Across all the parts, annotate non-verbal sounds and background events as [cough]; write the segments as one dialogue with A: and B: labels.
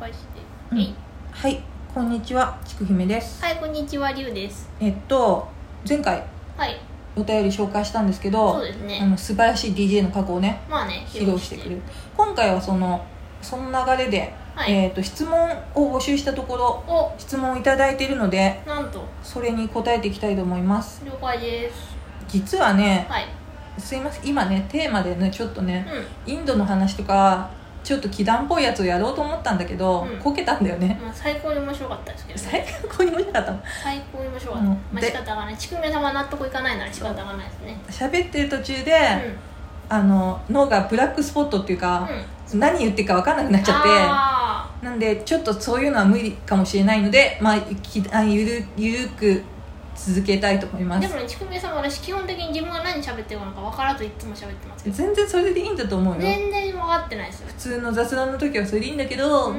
A: 介して、
B: うん
A: えい
B: はいこんにちはちくひめです、
A: はいこんにちはりゅうです
B: えっと前回
A: はい
B: お便り紹介したんですけ
A: そう
B: ど
A: です
B: あ
A: ね
B: の素晴らしい DJ の過去をね
A: まあね
B: 披露してくれる今回はそのその流れで、
A: はい、
B: えっと質問を募集したところ
A: お
B: 質問をいただいているので
A: なんと
B: それに答えていきたいと思います
A: 了解です
B: 実はね
A: はい
B: すいません今ねテーマでねちょっとね
A: う
B: インドの話とかちょっと祈願っぽいやつをやろうと思ったんだけど、
A: うん
B: こけたんだよね
A: ん、まあ、最高に面白かったですけど、ね、
B: 最高に面白かったの
A: 最高に面白かった、
B: うん
A: まあ
B: で
A: 仕方がないちくめ様納得いかないなら仕方がないですね
B: 喋ってる途中で、
A: う
B: あの脳がブラックスポットっていうか
A: ん、うん
B: 何言ってるか分かんなくなっちゃ
A: あ
B: ってなんでちょっとそういうのは無理かもしれないので、まあ、きあゆるゆるく続けたいと思い
A: ー
B: ま
A: ですもねちくめ様私基本的に自分が何喋ってるのか分からずいつも喋ってますけど
B: 全然それでいいんだと思うよ、
A: 全然分かってないですよ
B: 普通の雑談の時はそれでいいんだけど、
A: う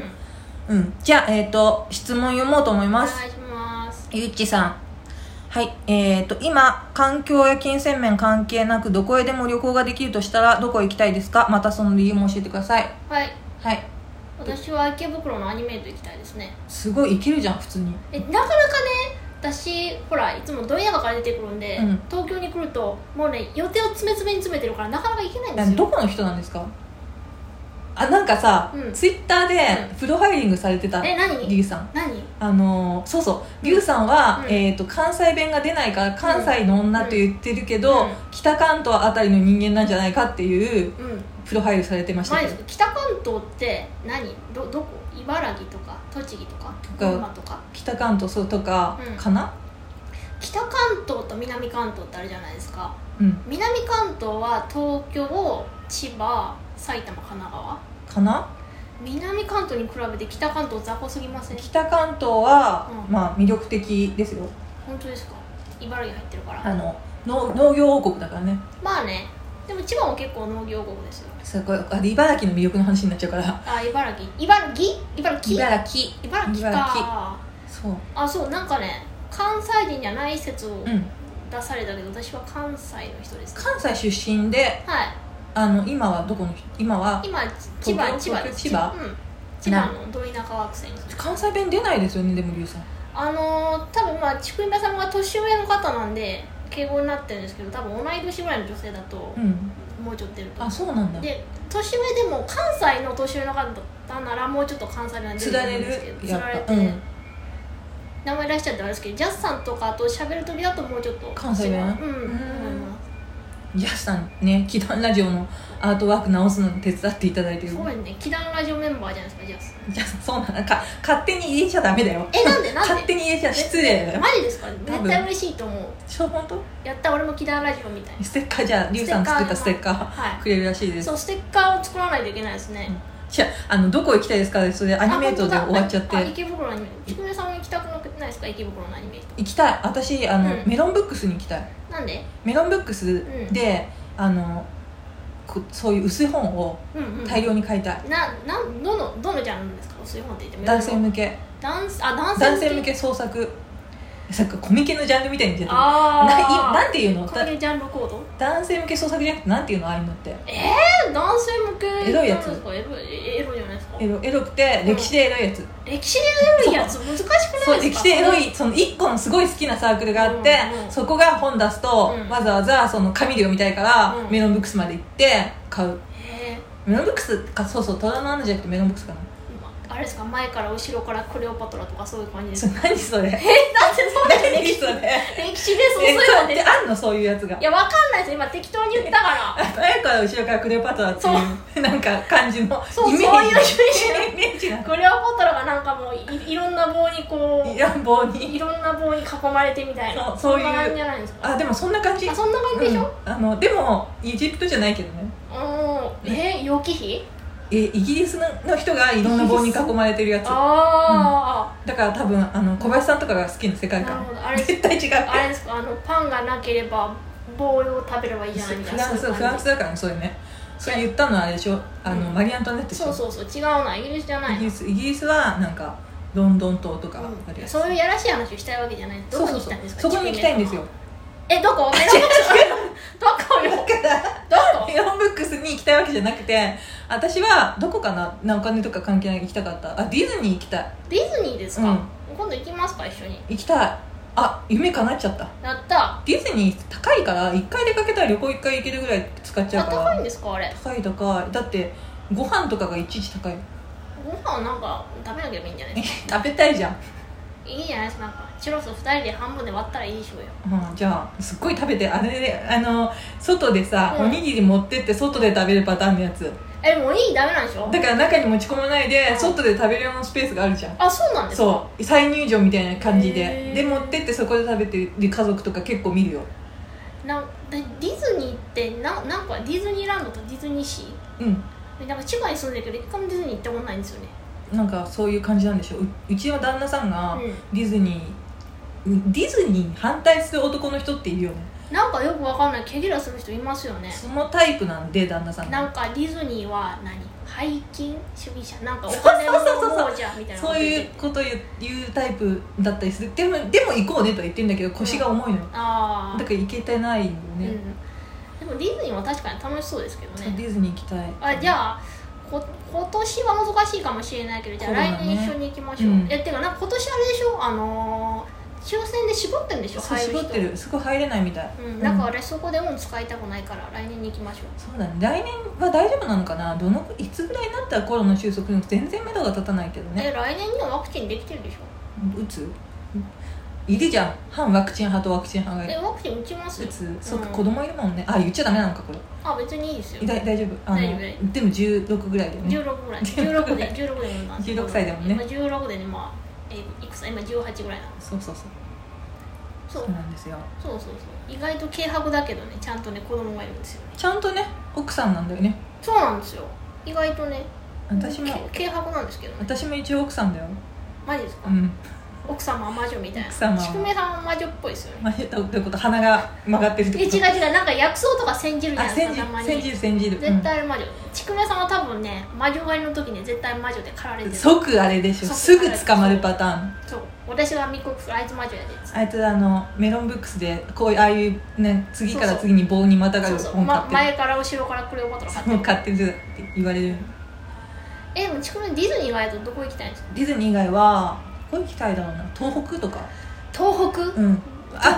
B: うんんじゃあ、えっと質問読もうと思い
A: お
B: ま
A: 願い
B: す
A: します
B: ゆっちさんはいえー、と今環境や金銭面関係なくどこへでも旅行ができるとしたらどこへ行きたいですかまたその理由も教えてください
A: はい
B: はい
A: 私は池袋のアニメート行きたいですね
B: すごいいけるじゃん普通に
A: えなかなかね私ほらいつもドンヤから出てくるんで、
B: うん
A: 東京に来るともうね予定を詰め詰めに詰めてるからなかなか行けないんで
B: な
A: すよ
B: どこの人なんですかあなんかさ、
A: うん
B: ツイッター
A: う
B: でプロファイリングされてた、
A: え
B: リ
A: 何
B: ュウさん
A: 何
B: あのーそうそうリュウさんは、
A: うん
B: えー、と関西弁が出ないから関西の女と言ってるけど、
A: うん
B: 北関東あたりの人間なんじゃないかっていう
A: うん
B: プロファイルされてました
A: 前
B: け
A: で
B: ど
A: す北関東って何どどこ茨城とか栃木とか
B: とか
A: 群馬とか
B: 北関東そうとか
A: うん
B: かな、
A: 北関東と南関東ってあるじゃないですか
B: うん、
A: 南関東は東京千葉埼玉神奈川
B: かな
A: 南関東に比べて北関東雑魚すぎません
B: 北関東は、
A: うん
B: まあ魅力的ですよ
A: 本当ですか茨城入ってるから、
B: あの農農業王国だからね
A: まあねでも千葉も結構農業国ですよ
B: すごいあ茨城の魅力の話になっちゃうから
A: あ茨城茨城茨城
B: 茨城
A: 茨城
B: 茨
A: か
B: そう
A: あそうなんかね関西人じゃない説を
B: うん
A: 出されたけど、私は関西の人です、
B: 関西出身で
A: はい
B: あの今はどこの人今は
A: 今千葉
B: 東
A: 千
B: 京
A: 葉です
B: 千葉
A: うん、千葉のど田舎学生に
B: 関西弁出ないですよねでもリュウさん
A: あのー、多分まあちくいめさんが年上の方なんで敬語になってるんですけど多分同い年ぐらいの女性だと、
B: うん
A: もうちょっと出ると
B: あそうなんだ
A: で年上でも関西の年上の方ならもうちょっと関西弁が出
B: つ
A: ると
B: ら
A: 思う
B: れ
A: んですけど
B: る
A: つ
B: や
A: られ、
B: ってぱうん
A: 名前出しちゃってあれですけどジャスさんとかと喋る時だともうちょっと
B: 関西弁
A: うん、
B: うん
A: 思います
B: ジャスさんね祈願ラジオのアートワーク直すのに手伝っていただいてる
A: すごいね祈願ラジオメンバーじゃないですかジャスさん
B: ジャスさんそうなんか勝手に入れちゃダメだよ
A: えなんでなん
B: 勝
A: で
B: 手に入れちゃ失礼だよ
A: マジですか
B: 分
A: 絶対嬉しいと思う
B: そう本当
A: やった俺も祈願ラジオみたい
B: ステッカーじゃあリュウさん作ったステッカ
A: な
B: ー
A: は
B: くれるらしいで
A: い
B: す
A: そうステッカーを作らないといけないですね、
B: じゃああのどこ行きたいですかそれでア
A: あ
B: ニメートで
A: 本当
B: 終
A: だ
B: わっちゃって
A: あ池袋のアニメちくめさんも行きたくなくないですか池袋のアニメート
B: 行きたい私あの、
A: うん
B: メロンブックスに行きたい
A: なんで
B: メロンブックスで、あのこそういう薄い本を
A: うんうん
B: 大量に買いたい、
A: ななんどのどのジャンルですか薄い本って言っても
B: 男性向け
A: 男性あ男性
B: 男性向け創作なんかコミケのジャンルみたいに言っちゃっ
A: あ
B: たない
A: あ
B: なんていうの
A: こういうジャンルコード
B: 男性向け創作じゃなくてなんていうのああいうのって
A: え男性向け
B: エロいや
A: な
B: つ
A: んですかエロエロじゃないですか
B: エロエロくて歴史でエロいやつ、
A: 歴史でエロいやつ難しくないですか
B: そう歴史でエロいその1個のすごい好きなサークルがあって、
A: うんうん
B: そこが本出すと、
A: うん
B: わざわざその紙類を見たいから、
A: うん
B: メロンブックスまで行って買う
A: え
B: メロンブックスかそうそう虎の穴じゃなくてメロンブックスかな
A: ーあれですか前から後ろからクレオパトラとかそういう感じ
B: [laughs]
A: です
B: そ
A: か
B: れ何それ
A: [laughs] だってそうだよ
B: 何
A: 歴史
B: それ
A: 歴史でそうそう
B: え
A: いう
B: そう
A: の
B: っ
A: で
B: てあんのそういうやつが
A: いやわかんないです今適当に言ったから
B: 前から後ろからクレオパトラっていうなんか感じの
A: そう
B: イメ
A: そういうイメ
B: ー
A: ー
B: ジ
A: ジ
B: イメージが
A: クレオパトラがなんかもういいろんな棒にこう
B: 乱暴に
A: いろんな棒に囲まれてみたいな
B: そうそういうん
A: な感じじゃないですか
B: あでもそんな感じ
A: あそんな感じでしょ、
B: うんあのでもイジプトじゃないけどね
A: うん、えー、予期費
B: えイギリスのの人がいろんな棒に囲まれてるやつ
A: あ
B: だから多分あの小林さんとかが好きな世
A: あ、
B: 界
A: なる
B: 観
A: ほどあれ
B: 絶対違う
A: あれですかあ [laughs] のパンがなければ棒を食べればいいじゃないみた
B: フ
A: いな
B: ラ
A: そ
B: ン
A: う
B: ス
A: いう
B: フラン
A: 感
B: スだからねそういうねそれ言ったのはあれでしょあの、
A: うん
B: マリーアントワネット
A: じ
B: でしょ
A: そうそうそう違うなイギリスじゃな
B: イ
A: い
B: ギ
A: な
B: リスイギリスはなんかロンドン島とかある
A: う
B: や
A: ん、
B: つ、
A: そういうやらしい話をしたいわけじゃないどこに行きたいんですか
B: そうそうそうそこに行きたいんですよ
A: え
B: [laughs]
A: どこメロンどこよ
B: だか
A: [laughs]
B: ら
A: どこ
B: メロンブックスに行きたいわけじゃなくて私はどこかななお金とか関係ない行きたかったあディズニー行きたい
A: ディズニーですか、
B: うん
A: 今度行きますか一緒に
B: 行きたいあ夢叶っちゃった
A: やった
B: ディズニー高いから1回出かけたら旅行1回行けるぐらい使っち
A: あ
B: ゃうか
A: 高い
B: ら
A: んですかあれ
B: 高い高いだってご飯とかがいちいち高い
A: ご飯なんか食べなければいいんじゃない
B: [laughs]
A: です
B: 食べたいじゃん、
A: かいいじゃないですかなんかチュロス2人で半分で割ったらいいでしょうよ
B: うん、じゃあすっごい食べてあれであの外でさ、
A: うん
B: おにぎり持ってって外で食べるパターンのやつ
A: えでもおにぎりダメなんでしょ
B: だから中に持ち込まないで
A: ん
B: 外で食べる用のスペースがあるじゃん
A: あそうなんですか
B: そう再入場みたいな感じ
A: へ
B: で
A: ー
B: で持ってってそこで食べてる家族とか結構見るよ
A: なんでディズニーってななんかディズニーランドとディズニーシ
B: うん
A: ーなんか千葉に住んでるけど一回もディズニー行ったことないんですよね
B: なんかそういう感じなんでしょううちの旦那さんが
A: う
B: ディズニー、うんディズニーに反対する男の人っているよね
A: んなんかよくわかんない毛ギラする人いますよね
B: そのタイプなんで旦那さんが
A: なんかディズニーは何背金主義者なんかお金の亡者みたいなこと
B: そう [laughs]
A: 言って
B: いうこと言う言うタイプだったりするでもでも行こうねとは言ってるんだけど腰が重いのよ、
A: ああ
B: だから行けてないよね、
A: うん、でもディズニーは確かに楽しそうですけど
B: そう
A: ね
B: ディズニー行きたい
A: あじゃあこ今年は難しいかもしれないけどじゃあ
B: そうだね
A: 来年一緒に行きましょう、
B: うん
A: えてかなんか今年あれでしょあのー抽選で絞ってるんでしょ
B: そう
A: 入る
B: 絞
A: 人
B: ってるすごい入れないみたい、
A: うん、なんか私そこで運使いたくないから来年に行きましょ
B: そうだね来年は大丈夫なのかなどのいつぐらいになったらコロナ収束の全然目処が立たないけど
A: う、
B: ね
A: え来年にはワクチンできてるでしょ
B: 打ついるじゃん反ワクチン派とワクチン派がい
A: え
B: る
A: ワクチン打ちます
B: 打つそっか
A: うん
B: 子供いるもんねあ言っちゃダメなのかこれ
A: あ別にいいですよ
B: だ大丈夫あの
A: 大丈夫大丈
B: でも16ぐらいだよね
A: 16ぐらい16で16で産ん
B: [laughs]
A: だんです
B: 16歳だもんね
A: 今16でねまあえいくつ今18ぐらいなの
B: そうそうそう
A: そう
B: そうなんですよ
A: そうそうそう意外と軽薄だけどねちゃんとね子供がいるんですよね
B: ちゃんとね奥さんなんだよね
A: そうなんですよ意外とね
B: 私も
A: け軽薄なんですけどね
B: 私も一応奥さんだよ
A: マジですか、
B: うん
A: 奥様は魔女みたいな
B: 奥様は
A: ちくめさんは魔女っぽいですよね
B: まあどういうこと鼻が曲がってるって
A: え違う
B: こと
A: 違うなんか薬草とか煎じるじゃ
B: あ
A: ない
B: 煎
A: ですかた
B: じる
A: まに
B: 煎じる煎じる
A: 絶対あれ魔女ちくめさんは多分ね魔女狩りの時に絶対魔女で狩られ
B: う
A: て
B: ん
A: る
B: 即あれでしょすぐ捕まるパターン
A: そう私が密告するあいつ魔女やで
B: あいつあのメロンブックスでこういうああいうね次から次に棒にまたが
A: そ
B: る
A: うそう、
B: 本買
A: ま
B: っ、て
A: 前から後ろからクレオパトラ買っ
B: る
A: て
B: も
A: る
B: う買ってるって言われる
A: えでもちくめディズニーはやとどこ行きたいんですか
B: ディズニー以外はここ行きたいだろうな東北とか
A: 東北、
B: うんあ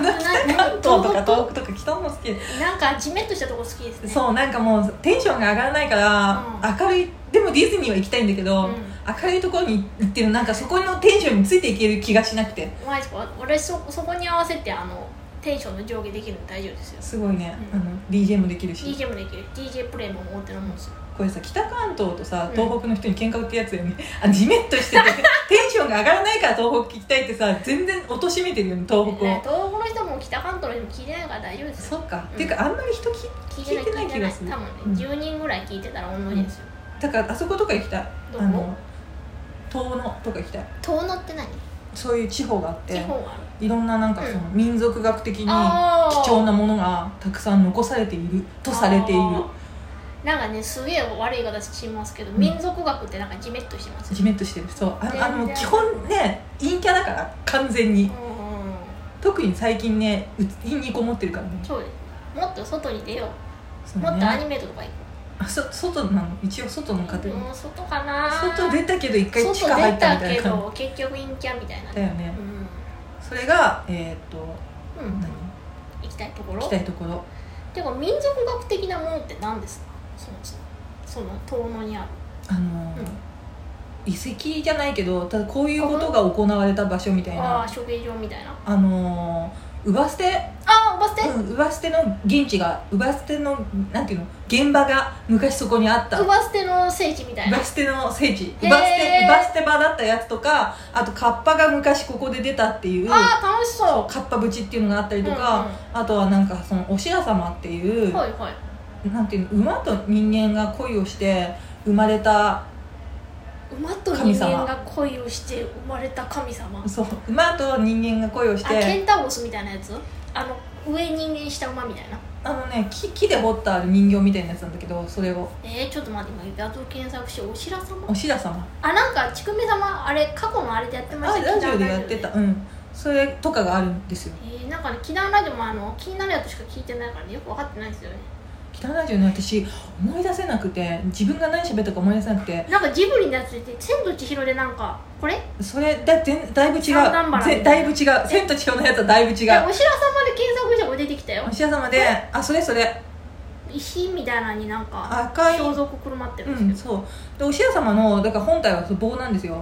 A: な
B: の北関東とか
A: 東北
B: 東北とか北も好き
A: なんかジメッとしたとこ好きですね
B: そうなんかもうテンションが上がらないから、明るいでもディズニーは行きたいんだけど、
A: うん
B: 明るいところに行ってるなんかそこのテンションについていける気がしなくて
A: マジですか私そそこに合わせてあのテンションの上下できるの大丈夫ですよ
B: すごいね、
A: うん
B: あの DJ もできるし
A: DJ もできる DJ プレイも大手のもんですよ
B: これさ北関東とさ
A: うん
B: 東北の人に喧嘩売ってるやつだよね、あジメッとして
A: [laughs]
B: てテンションが上がらないから東北聞きたいってさ全然貶としめてるよね東北
A: ね東
B: を
A: 北の人も北関東の人も聞いてないから大丈夫ですよ
B: そっか、
A: うん
B: っていうかあんまり人聞
A: 聞い
B: 聞いて
A: て
B: な
A: ないい
B: 気
A: 聞いて
B: が
A: ない
B: する
A: 多分ね、
B: うん
A: 10人ぐらい聞いてたら同じですよ、
B: だからあそことか行きたい
A: どこ
B: あの遠野とか行きたい
A: 遠野って何
B: そういう地方があって
A: 地方はある
B: いろんななんかその民族学的に貴
A: あー
B: 重なものがたくさん残されているとされている
A: あーなんかねすげえ悪い言い方しますけど、
B: うん
A: 民族学ってなんかジメッとしてますよ
B: ジメッとしてるそうあのあの
A: 全然
B: 基本ね陰キャだから完全に
A: うんうんうん
B: 特に最近ねう陰にこもってるからね
A: そうですもっと外に出よ
B: そうう
A: も
B: ね
A: っとアニメとか行こ
B: あそ外なの一応外の家
A: う、
B: 庭
A: うん、外かな
B: 外出たけど一回地下
A: 外
B: 入
A: 出
B: った
A: た
B: みたい
A: け
B: な感
A: ど結局陰キャみたいな
B: じだよね
A: う
B: それがえーっと
A: ん、うん、
B: 何
A: 行きたいところ
B: 行きたいところ
A: てか民族学的なものって何ですかそもそもその遠野にある
B: あのー
A: うん
B: 遺跡じゃないけどただこういうことが行われた場所みたい
A: ああ
B: な
A: ー処刑場みたいな
B: あのー姥捨て
A: ああおば捨て
B: うん姥捨ての現地が姥捨てのなんていうの現場が昔そこにあった
A: おば捨ての聖地みたいな
B: バステの聖地
A: へー
B: バステバステ場だったやつとかあとカッパが昔ここで出たっていうカ
A: ああ楽しそう
B: ッパ淵っていうのがあったりと
A: うん
B: か、あとはなんかそのお白様っていう、
A: うんはいはい
B: なんていうの馬と人間が恋をして生まれた
A: 馬と人間が恋をして生まれた神様
B: そう馬と人間が恋をし
A: あケ
B: て
A: ンタウロスみたいなやつあの上人間下馬みたいな
B: あのね木木で彫ってある人形みたいなやつなんだけどそれを
A: えー、ちょっと待って今画像検索してお知ら様
B: お白様
A: あなんかちくめ様あれ過去のあれでやってまし
B: あ
A: た
B: ラジオでやってたうんそれとかがあるんですよ
A: えー、なんかね、祈願ラジオもあの気になるやつしか聞いてないからねよく分かってないんですよね。
B: 北のラジオね私思い出せなくて自分が何喋ったか思い出せなくて
A: なんかジブリのやつで「千と千尋」でなんかこれ
B: それだ全だいぶ違う
A: 三段腹
B: ぜだいぶ違う千と千尋のやつはだいぶ違
A: いや
B: う
A: おしらさまで検索しても出てきたよ
B: お医者様であそれそれ
A: 石みたいなのになんか
B: 赤い
A: 装束くるまってる
B: うん
A: んですけ
B: そうでお医者様のだから本体は棒なんですよ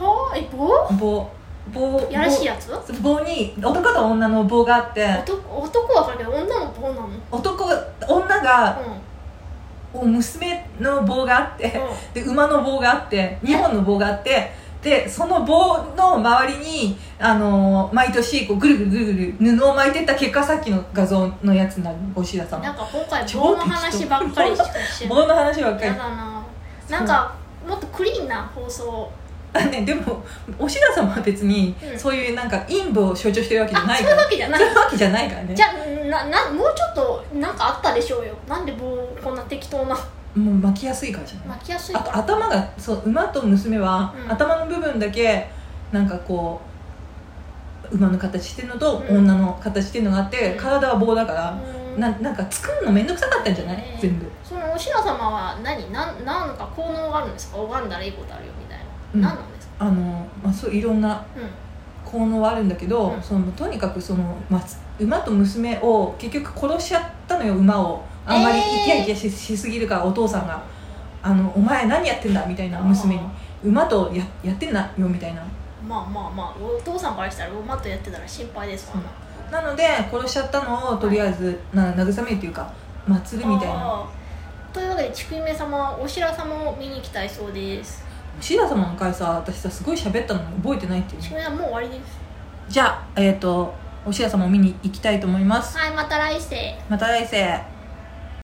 A: ど、はあえ棒
B: 棒棒
A: やらしいやつ
B: 棒棒に男と女の棒があって
A: 男男は分かるけど女の棒なのうん
B: 男女がお娘の棒があって
A: う
B: で馬の棒があって2本の棒があってでその棒の周りに、あのー毎年こうぐるぐるぐるぐる布を巻いてった結果さっきの画像のやつになるおし田さ
A: ん、なんんか今回棒の話ばっかりしかしてない
B: 棒の話ばっかり
A: やだななんかもっとクリーンな放送
B: あ、ね、でもおし田さんは別に、
A: うん
B: そういうなんか陰部を象徴してるわけじゃ
A: あ
B: ない
A: そう
B: か
A: いうわけ
B: ら
A: じ [laughs] ゃない
B: そういうわけじゃないからね
A: じゃあななもうちょっとなんかあったでしょうよなんで棒こんな適当な
B: もう巻きやすいからじゃない
A: 巻きやすい
B: あ
A: か
B: と頭がそう馬と娘は、
A: うん
B: 頭の部分だけなんかこう馬の形してるのと、
A: うん
B: 女の形してるのがあって、
A: うん
B: 体は棒だから、
A: うん
B: ななんか作るの面倒くさかったんじゃない、
A: えー
B: 全部、
A: そのおしら様は何なんなんか効能があるんですか拝んだらいいことあるよみたいな、
B: うん
A: 何なんですか
B: あの、まあ、そういろんな
A: うん
B: 効能はあるんだけど、
A: うん
B: そのとにかくその、まあ、馬と娘を結局殺しちゃったのよ馬をあんまりイ
A: えー
B: キャイキャししすぎるからお父さんが「あのお前何やってんだ」みたいな娘に
A: あ
B: 「馬とややってんなよ」みたいな
A: まあまあまあお父さんからしたらマットやってたら心配ですわな、
B: なので殺しちゃったのをとりあえずな慰めるというか祭るみたいな
A: あーというわけでちくいめ様おしら様を見に来たいそうです
B: シーラ様の回さ私さすごい喋ったの覚えてないっていう
A: ちくい
B: ね
A: めさんもう終わりです
B: じゃあえっ、とおシーラ様を見に行きたいと思います
A: はいまた来世
B: また来世